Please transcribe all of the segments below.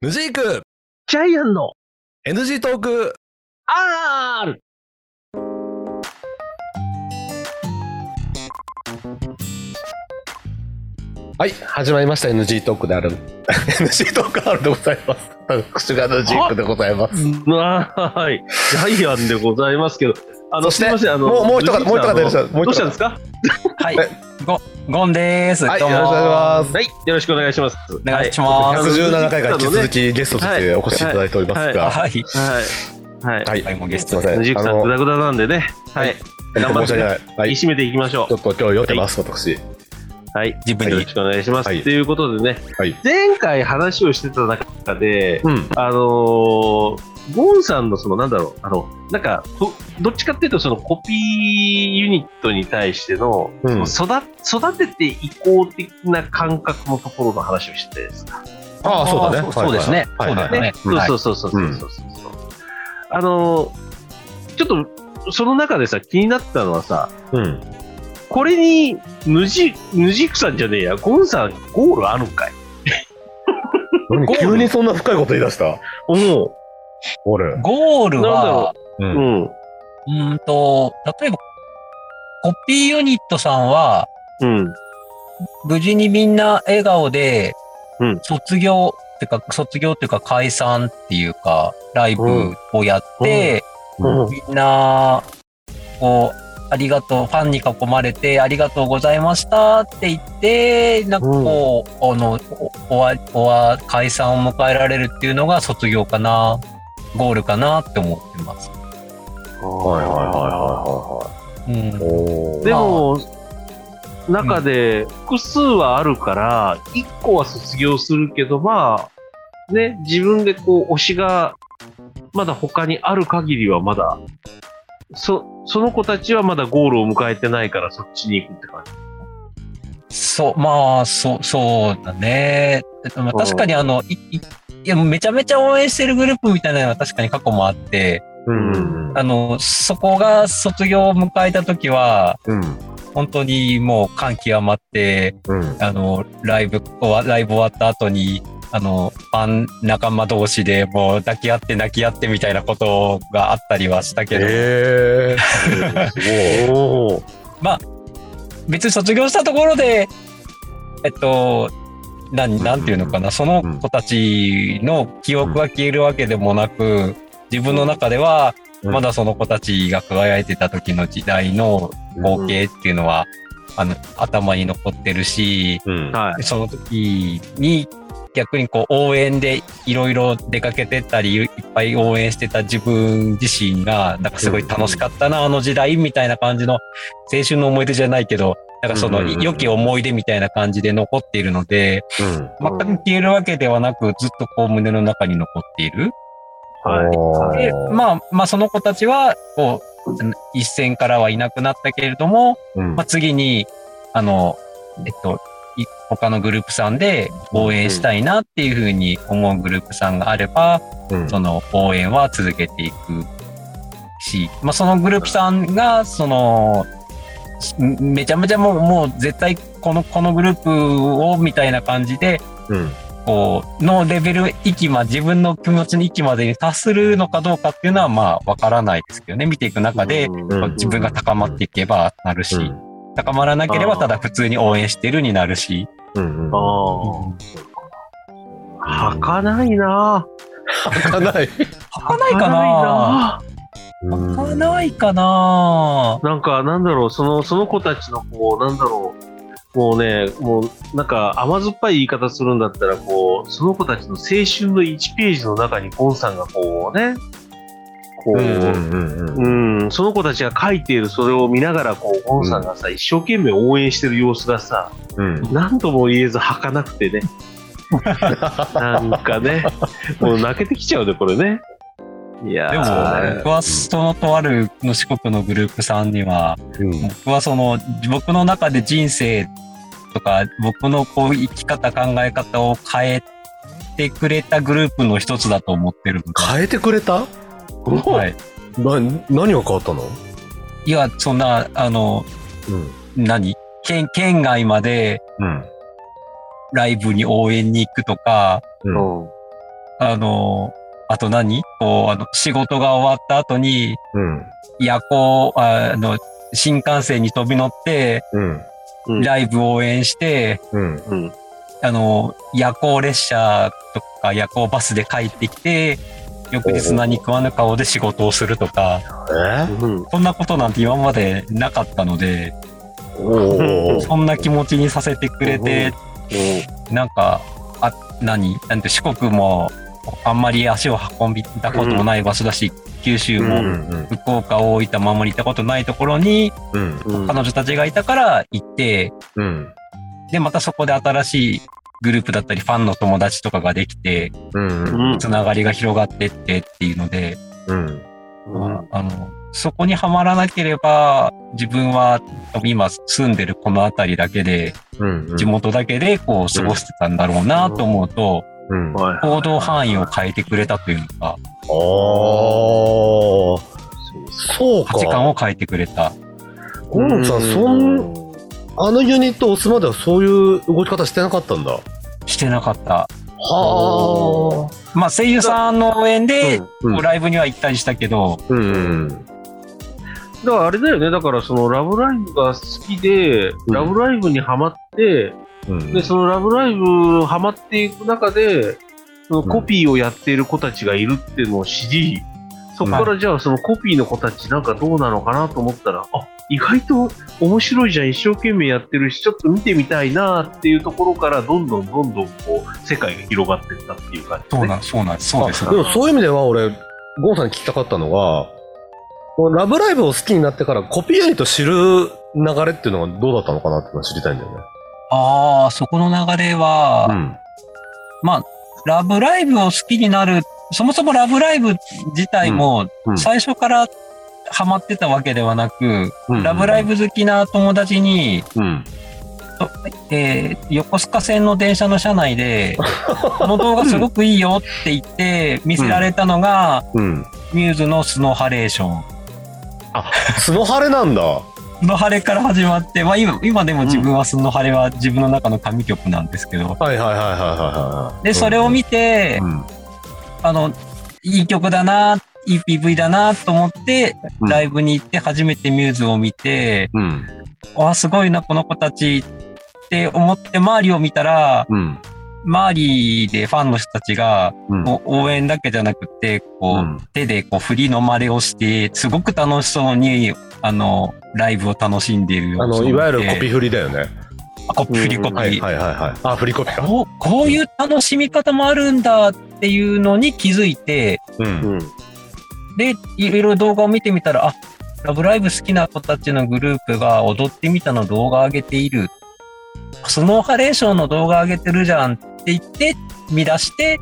ヌジークジャイアンの NG トーク R! はい、始まりました NG トークであ る。NG トークあるでございます。私が NG クでございます。はい。ジャイアンでございますけど、あの、そしてすみません、あの、もうもう一方もう一方いらっしゃるどもう一方うしたんですかはいえ。ゴゴンです。はい、どようろもしくお願いします。はい、よろしくお願いします。お願いします117回から引き続きゲストとしてお越しいただいておりますが、はははい。い。はい。い、はい、もうゲスすいトまで。せん。ヌジークさん、グダグダなんでね。はい。あの、頑張申っして訳ねない。は言いい、ち締めていきましょょっと今日酔ってます、私。う。はい。自分よろにし。くお願いします。と、はいい、うことでね、はい前回話をしてた中で、うん。あのーゴンさんのその、なんだろう、あの、なんか、どどっちかっていうと、そのコピーユニットに対しての、うんその育育てていこう的な感覚のところの話をしてたですか。ああ、そうだね。そうですね。はいそうはいはだよいね。そうはいそうそうそうそうそうそう。あのーちょっと、その中でさ、気になったのはさ、うん。これに、ぬじ、ぬじくさんじゃねえや、ゴンさん、ゴールあるんかい何急にそんな深いこと言い出した思う。俺。ゴーなルんだろは、う。うんん。うーんと、例えば、コピーユニットさんは、うん。無事にみんな笑顔でうん、卒業、ってか、卒業っていうか解散っていうか、ライブをやって、うんみんな、こう、ありがとう、ファンに囲まれて、ありがとうございましたって言って、なんかこう、あの、おおわ、おわ、解散を迎えられるっていうのが卒業かな、ゴールかなって思ってます。はいはいはいはうんいはい。。おーでも、中で複数はあるから、1個は卒業するけど、まあ、ね、自分でこう、推しが、まだ他にある限りはまだ、そ、その子たちはまだゴールを迎えてないから、そっちに行くって感じ。そう、まあ、そう、そうだね。えっとまあ確かにあの、いいいや、めちゃめちゃ応援してるグループみたいなのは確かに過去もあって、うんうんあの、そこが卒業を迎えた時は、うん。本当にもう感極まって、うん。あの、ライブ、終わライブ終わった後に、あの、ファン仲間同士でもう抱き合って泣き合ってみたいなことがあったりはしたけど、え え。すおお。別に卒業したところで、えっと、なん、なんていうのかな、その子たちの記憶が消えるわけでもなく、自分の中では、うんまだその子たちが輝いてた時の時代の光景っていうのは、あの、頭に残ってるし、ごい。うん。はい。その時に逆にこう応援でいろいろ出かけてったりいっぱい応援してた自分自身がなんかすごい楽しかったな、あの時代みたいな感じの青春の思い出じゃないけどなんかそうのんうんうん良き思い出みたいな感じで残っているのでうん。全く消えるわけではなくずっとこう胸の中に残っている。はい。であ、まあまあその子たちはこう一線からはいなくなったけれどもうんまあ、次に、あの、えっと、い他のグループさんで応援したいなっていうふうに思うグループさんがあれば、うんその応援は続けていくし、まあ、そのグループさんが、その、しめちゃめちゃもう、もう絶対この、このグループをみたいな感じで、うん。こう、のレベル域ま、自分の気持ちの域までに達するのかどうかっていうのは、まあ、わからないですけどね、見ていく中で、んまあ自分が高まっていけばなるし、うん高まらなけれあばーただ普通に応援してるになるし。うん。ああ。はかないな開かない。はかないかな開はかないかななんか、なんだろう、その、その子たちの、こう、なんだろう、もうね、もう、なんか、甘酸っぱい言い方するんだったら、こう、その子たちの青春の1ページの中に、ゴンさんがこうね、こうう、うんん、うんうん。その子たちが書いているそれを見ながら、こう、ゴンさんがさ、一生懸命応援してる様子がさ、うん。なんとも言えず儚くてね、なんかね、もう泣けてきちゃうね、これね。いやーでも、だね僕はそのとあるの四国のグループさんには、うん僕はその、僕の中で人生とか、僕のこう生き方、考え方を変えてくれたグループの一つだと思ってるので。変えてくれたおはい。な、何が変わったのいや、そんな、あの、うん。何県、県外までうん。ライブに応援に行くとか、うん。あの、あと何こう、あの、仕事が終わった後に、うん。夜行、ああの、新幹線に飛び乗って、うん。うんライブ応援して、うん。うん。あの、夜行列車とか夜行バスで帰ってきて、翌日何食わぬ顔で仕事をするとか、えうん。そんなことなんて今までなかったので、おーそんな気持ちにさせてくれて、なんか、あ、何なんて四国もあんまり足を運びたこともない場所だし、九州うもん。福岡、大分もあんまり行ったことないところに、うん。うん。彼女たちがいたから行って、うん。で、またそこで新しいグループだったり、ファンの友達とかができて、うん。うん。つながりが広がってってっていうので、うん。うん。あの、そこにはまらなければ、自分は今住んでるこの辺りだけで、うん。地元だけでこう過ごしてたんだろうなと思うと、うん。はい。行動範囲を変えてくれたというか、おー。そう価値観か。を変えてくれた。ゴンさん、そん、あのユニットを押すまではそういう動き方してなかったんだ。はしてなかった。あ。まあ声優さんの応援で、うんこうライブには行ったりしたけど、うん。だからあれだよね、だからそのラブライブが好きで、んラブライブにハマって、うんで、そのラブライブハマっていく中で、そのコピーをやっている子たちがいるっていうのを知り、そこからじゃあそのコピーの子たちなんかどうなのかなと思ったら、あ、意外と面白いじゃん、一生懸命やってるし、ちょっと見てみたいなっていうところから、どんどんどんどんこう、世界が広がっていったっていう感じ、そうね。なん、そうなん、そうですあ。もそういう意味では俺ゴンさんに聞きたかったのがこのラブライブを好きになってからコピーユニットを知る流れっていうのがどうだったのかなっていうのは知りたいんだよねああ、そこの流れは、ラブライブを好きになる、そもそもラブライブ自体もうんうん最初からハマってたわけではなく、うんラブライブ好きな友達に、うんとえー横須賀線の電車の車内 で、この動画すごくいいよって言って見せられたのが、うんミューズのスノハレーション。スノハレなんだスノハレから始まって、まあ今、今でも自分はスノハレは自分の中の神曲なんですけど、はいはいはいはいはいはいで、それを見て、うんあの、いい曲だな、いい PV だなと思って、うんライブに行って初めてミューズを見て、うんわあ、すごいな、この子たちって思って、周りを見たら、うん周りでファンの人たちが、うんこう応援だけじゃなくて、こう、うん手でこう振りの真似をして、すごく楽しそうに、あの、ライブを楽しんでいるあのいわゆるコピー。ー振りだよねあコピー振りコピー。はいはいはいはいあ振りコピーかこうこういう楽しみ方もあるんだっていうのに気づいて、うんん。で、いろいろ動画を見てみたら、あ、ラブライブ好きな子たちのグループが踊ってみたの動画上げている。スノーハレーションの動画上げてるじゃんって言って、見出して、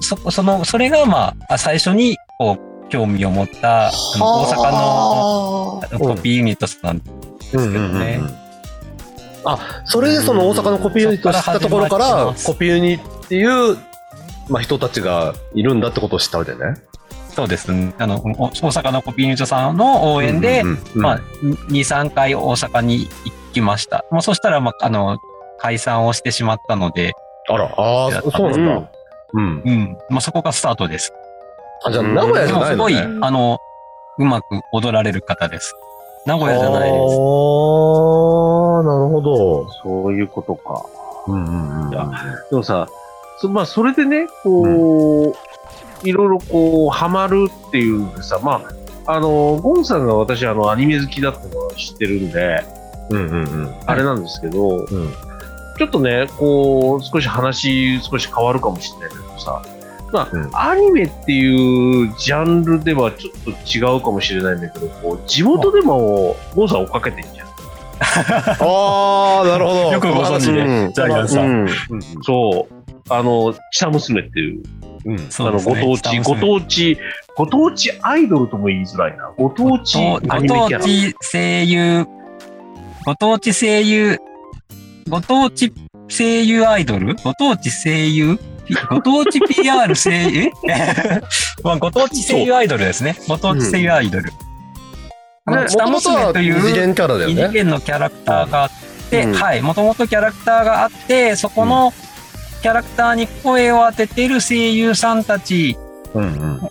そ、その、それがまああ、最初に、こう、興味を持った、その大は阪のコピーユニットさうん。んけどねうんうんうんあそれでその大阪のコピーユニットを知ったところかそっから始まらってますコピーユニっていう、まあ、人たちがいるんだってことを知ったわけね。そうですね。あの、お大阪のコピーユニットさんの応援で、うんうんうんまあ、2、3回大阪に行きました。もうそしたら、まあ、あの、解散をしてしまったので、あら、あやあったんでそ、すそうなんだ。うん。うん。まあ、そこがスタートです。あ、じゃあ、名古屋でじゃもなすいのごねい、あの、うまく踊られる方です。名古屋じゃないあです。ーなるほど。そういうことか。うんうんうん。いやでもさ、そまあ、それでね、こう、いろいろこう、ハマるっていうのでさ、まあ、あの、ゴンさんが私、あの、アニメ好きだってのは知ってるんで、うんうんうん。あれなんですけど、う んちょっとね、こう、少し話、少し変わるかもしれないけどさ、まあ、うんアニメっていうジャンルではちょっと違うかもしれないんだけど、こう、地元でも、ゴンさん追っかけてんじゃん。あーなるほど。よくご存知でうんジャイアンさんうん。そう。あの、下娘っていううんそあうでのすねご当地、ご当地、ご当地アイドルとも言いづらいな。ご当地ごア当ニメキごャ当ラ。地声優、ご当地声優、ご当地声優アイドルご当地声優ピご当地 PR 声優、え まあご当地声優アイドルですね。ご当地声優アイドル。あのね下元々娘はとい二次う元キャラだよ異次ね。元のキャラクターがあって、うんはい、もともとキャラクターがあって、そこのキャラクターに声を当ててる声優さんたちうん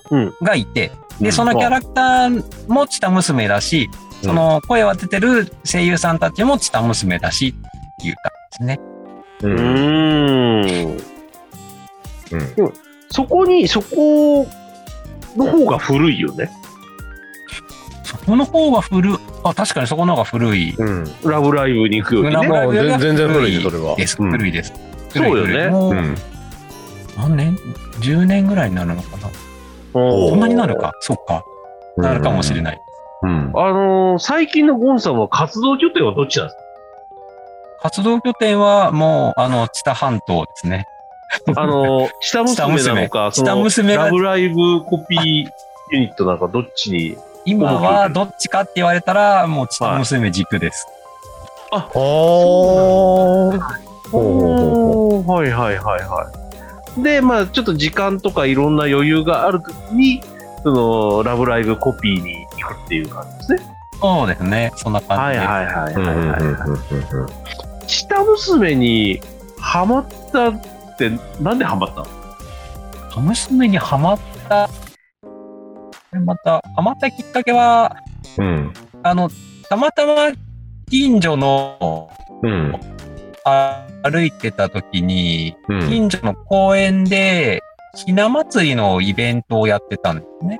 がいて、うんで、そのキャラクターもチタ娘だし、その声を当ててる声優さんたちもチタ娘だしっていう感じですね。うん。う。うんーん。うんそこに、そこの方が古いよね。そこの方が古い、あ、確かにそこの方が古い。うん。ラブライブに行くよりラブね。ライブよりは全然古いよそれはですうん古いです。そうよね古い古いもう。うん何年 ?10 年ぐらいになるのかなおーそんなになるか。そっか。なるかもしれい。ない。うん。あのー最近のゴンさんは活動拠点はどっちなんです活動拠点はもう、あの、知多半島ですね。かあのー、下娘なのか、そ下娘下の娘がラブライブコピーユニットなんかどっちに。今はどっちかって言われたら、もう知多娘軸です。ああ。おーはいはいはいはい。で、まあちょっと時間とかいろんな余裕があるときに、その、ラブライブコピーに行くっていう感じですね。そうですね。そんな感はじいで。はいはいうんうはんい、うんはい。うんうん。下娘にハマったって、なんでハマったの小娘にハマった、これまた、ハマったきっかけは、うん。あの、たまたま近所の、うん。あ歩いてた時に、うん。近所の公園で、ひな祭りのイベントをやってたんですね。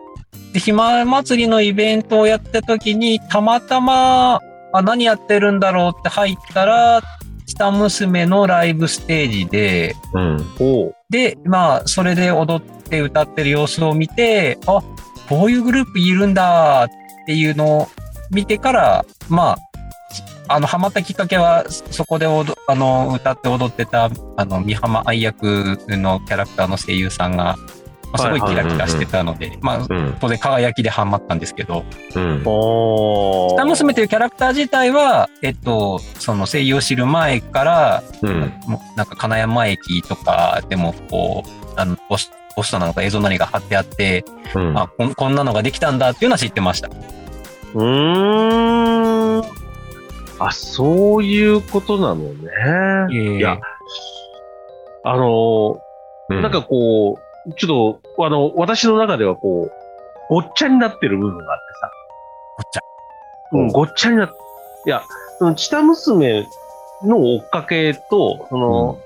で、ひな祭りのイベントをやった時に、たまたま、あ、何やってるんだろうって入ったら、下娘のライブステージで、うん。おで、まあ、それで踊って歌ってる様子を見て、あ、こういうグループいるんだっていうのを見てから、まあ、あの、ハマったきっかけは、そそこで踊あの歌って踊ってた、あの、美浜愛役のキャラクターの声優さんが、まあ、すごいキラキラしてたので、まあ、うん。当然輝きでハマったんですけど、うん。お下娘というキャラクター自体は、えっと、その声優を知る前から、うん。もうなんか金山駅とかでもこうあのポスポストなのか映像なりが貼ってあって、うん。あこんこんなのができたんだっていうのは知ってましたうーん。あ、そういうことなのね。ええいや、あのーなんかこう、ちょっと、あの、私の中ではこう、ごっちゃになってる部分があってさ。ごっちゃ。うん、ごっちゃになっいや、その、チタ娘の追っかけと、その、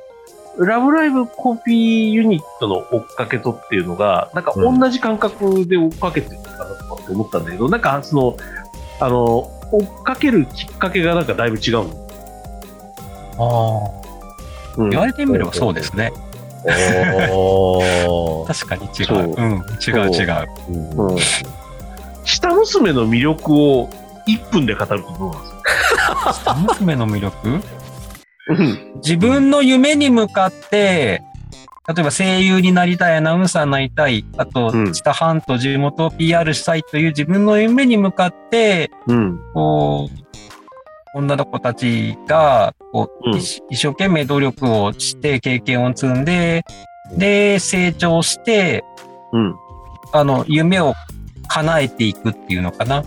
ラブライブコピーユニットの追っかけとっていうのが、なんかうん同じ感覚で追っかけてるのかなとかって思ったんだけど、なんかその、あの、追っかけるきっかけがなんかだいぶ違うの。あうん言われてみればそうですねおー。確かに違そうう、うん、違う違ううんうん下娘の魅力を1分で語るとどうなんですか下娘の魅力自分の夢に向かって例えば声優になりたいアナウンサーになりたいあとうん知多半島地元を PR したいという自分の夢に向かってうん。こう、女の子たちが、こう、うん一一生懸命努力をして、経験を積んで、で、成長して、うん。あの、夢を叶えていくっていうのかな。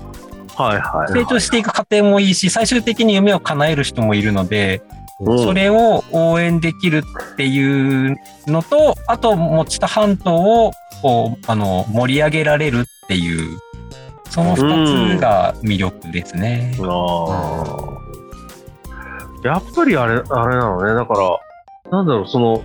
はいはい。成長していく過程もいいし、最終的に夢を叶える人もいるので、うんそれを応援できるっていうのと、あと、持田半島を、こう、あの、盛り上げられるっていう、その二つが魅力ですね。あーやっぱりあれ、あれなのね。だから、なんだろう、その、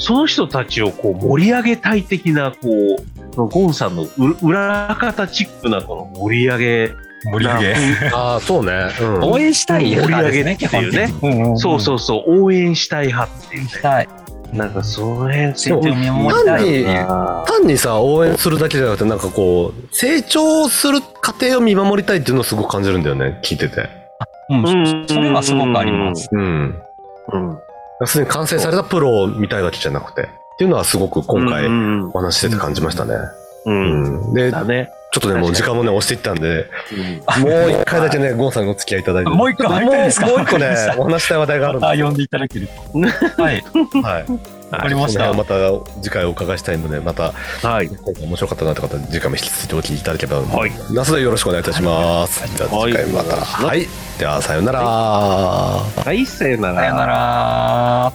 その人たちをこう盛り上げたい的な、こう、そのゴンさんのう裏方チックなこの盛り上げ。盛り上げ。ああ、そうね。うん。応援したい盛り上げね、っていうね基本的に。そうそううそう、応援したい派っていうね。したい。なんかその辺、す成ご長いを見守りたい。な単にさ、応援するだけじゃなくて、なんかこう、成長する過程を見守りたいっていうのをすごく感じるんだよね、聞いてて。うん、それはすごくあります。うん。うん。要するに完成されたプロみたいだけじゃなくて、っていうのはすごく今う回んお話ししてて感じましたね。うう。んうん。ん。で、ちょだっね。とね、もう時間もね、押していったんで、もう一回だけね、ゴンさんにお付き合いいただいて。もう一個入っていいですかもうもう一個ねわかりまし、お話したい話題があるんあ、で呼んでいただけると。 はい、はい。わかりましたその辺はまた次回お伺いしたいので、またはい。今回面白かったなって方、次回も引き続きお聞きいただければ、はい。なすでよろしくお願いいたします。はいじゃあ次回また。ははい。では、さようなら。はい、さよなさよなら。